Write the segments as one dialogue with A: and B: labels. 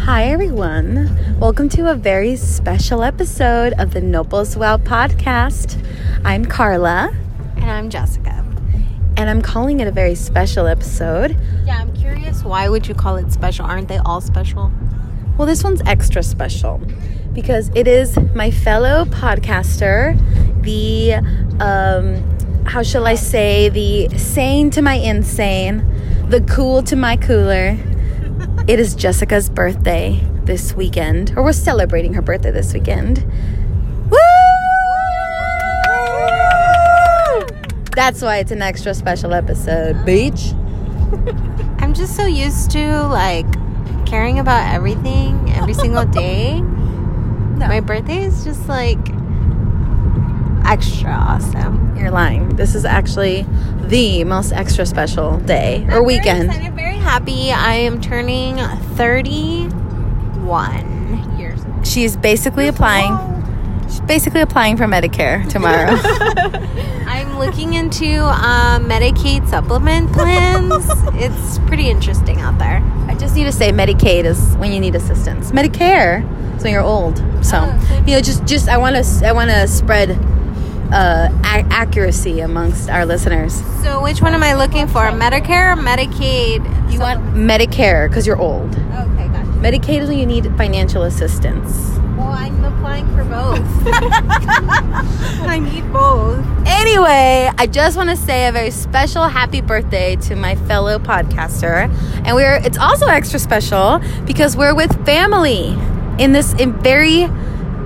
A: Hi, everyone. Welcome to a very special episode of the Nobles Wow podcast. I'm Carla,
B: And I'm Jessica.
A: and I'm calling it a very special episode.
B: Yeah, I'm curious. Why would you call it special? Aren't they all special?
A: Well, this one's extra special because it is my fellow podcaster, the, um, how shall I say, the sane to my insane, the cool to my cooler. It is Jessica's birthday this weekend, or we're celebrating her birthday this weekend. Woo! That's why it's an extra special episode, beach.
B: I'm just so used to like caring about everything every single day. My birthday is just like extra awesome.
A: You're lying. This is actually the most extra special day or
B: I'm Very
A: weekend.
B: excited, very happy. I am turning 31 years old.
A: She's basically applying. She's basically applying for Medicare tomorrow.
B: I'm looking into uh, Medicaid supplement plans. it's pretty interesting out there.
A: I just need to say Medicaid is when you need assistance. Medicare is when you're old. So you know, just just I want to I want to spread uh, ac accuracy amongst our listeners.
B: So which one am I looking for? Medicare or Medicaid?
A: You want Medicare because you're old.
B: Okay, gotcha.
A: Medicaid is when you need financial assistance.
B: Well, I'm applying for both. I need both.
A: Anyway, I just want to say a very special happy birthday to my fellow podcaster. And we're it's also extra special because we're with family in this in very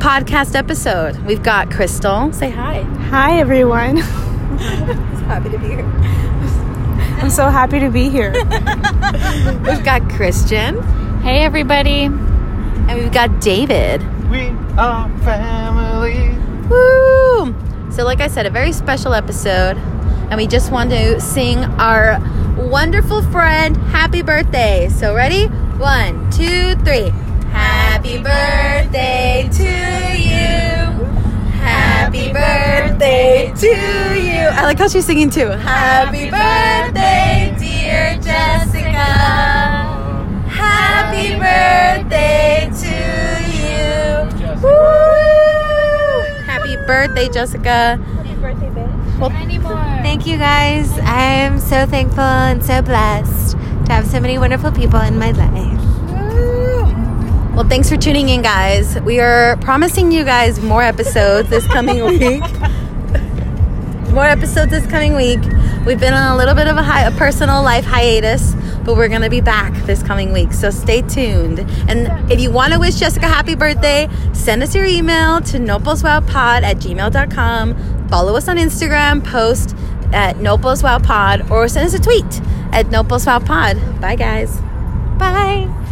A: podcast episode. We've got Crystal. Say hi.
C: Hi, everyone.
B: Happy to be here.
C: I'm so happy to be here.
A: We've got Christian
D: Hey everybody.
A: and we've got David.
E: We are family.
A: Woo! So, like I said, a very special episode, and we just want to sing our wonderful friend happy birthday. So, ready? One, two, three. Happy birthday to you. Happy birthday to you. I like how she's singing too. Happy birthday, dear Jessica. Happy birthday to you. Happy birthday, Jessica.
B: Thank you guys. I am so thankful and so blessed to have so many wonderful people in my life.
A: Well, thanks for tuning in, guys. We are promising you guys more episodes this coming week. More episodes this coming week. We've been on a little bit of a, hi- a personal life hiatus, but we're going to be back this coming week. So stay tuned. And if you want to wish Jessica happy birthday, send us your email to nobleswowpod at gmail.com. Follow us on Instagram, post at nobleswowpod, or send us a tweet at nobleswowpod. Bye, guys.
B: Bye.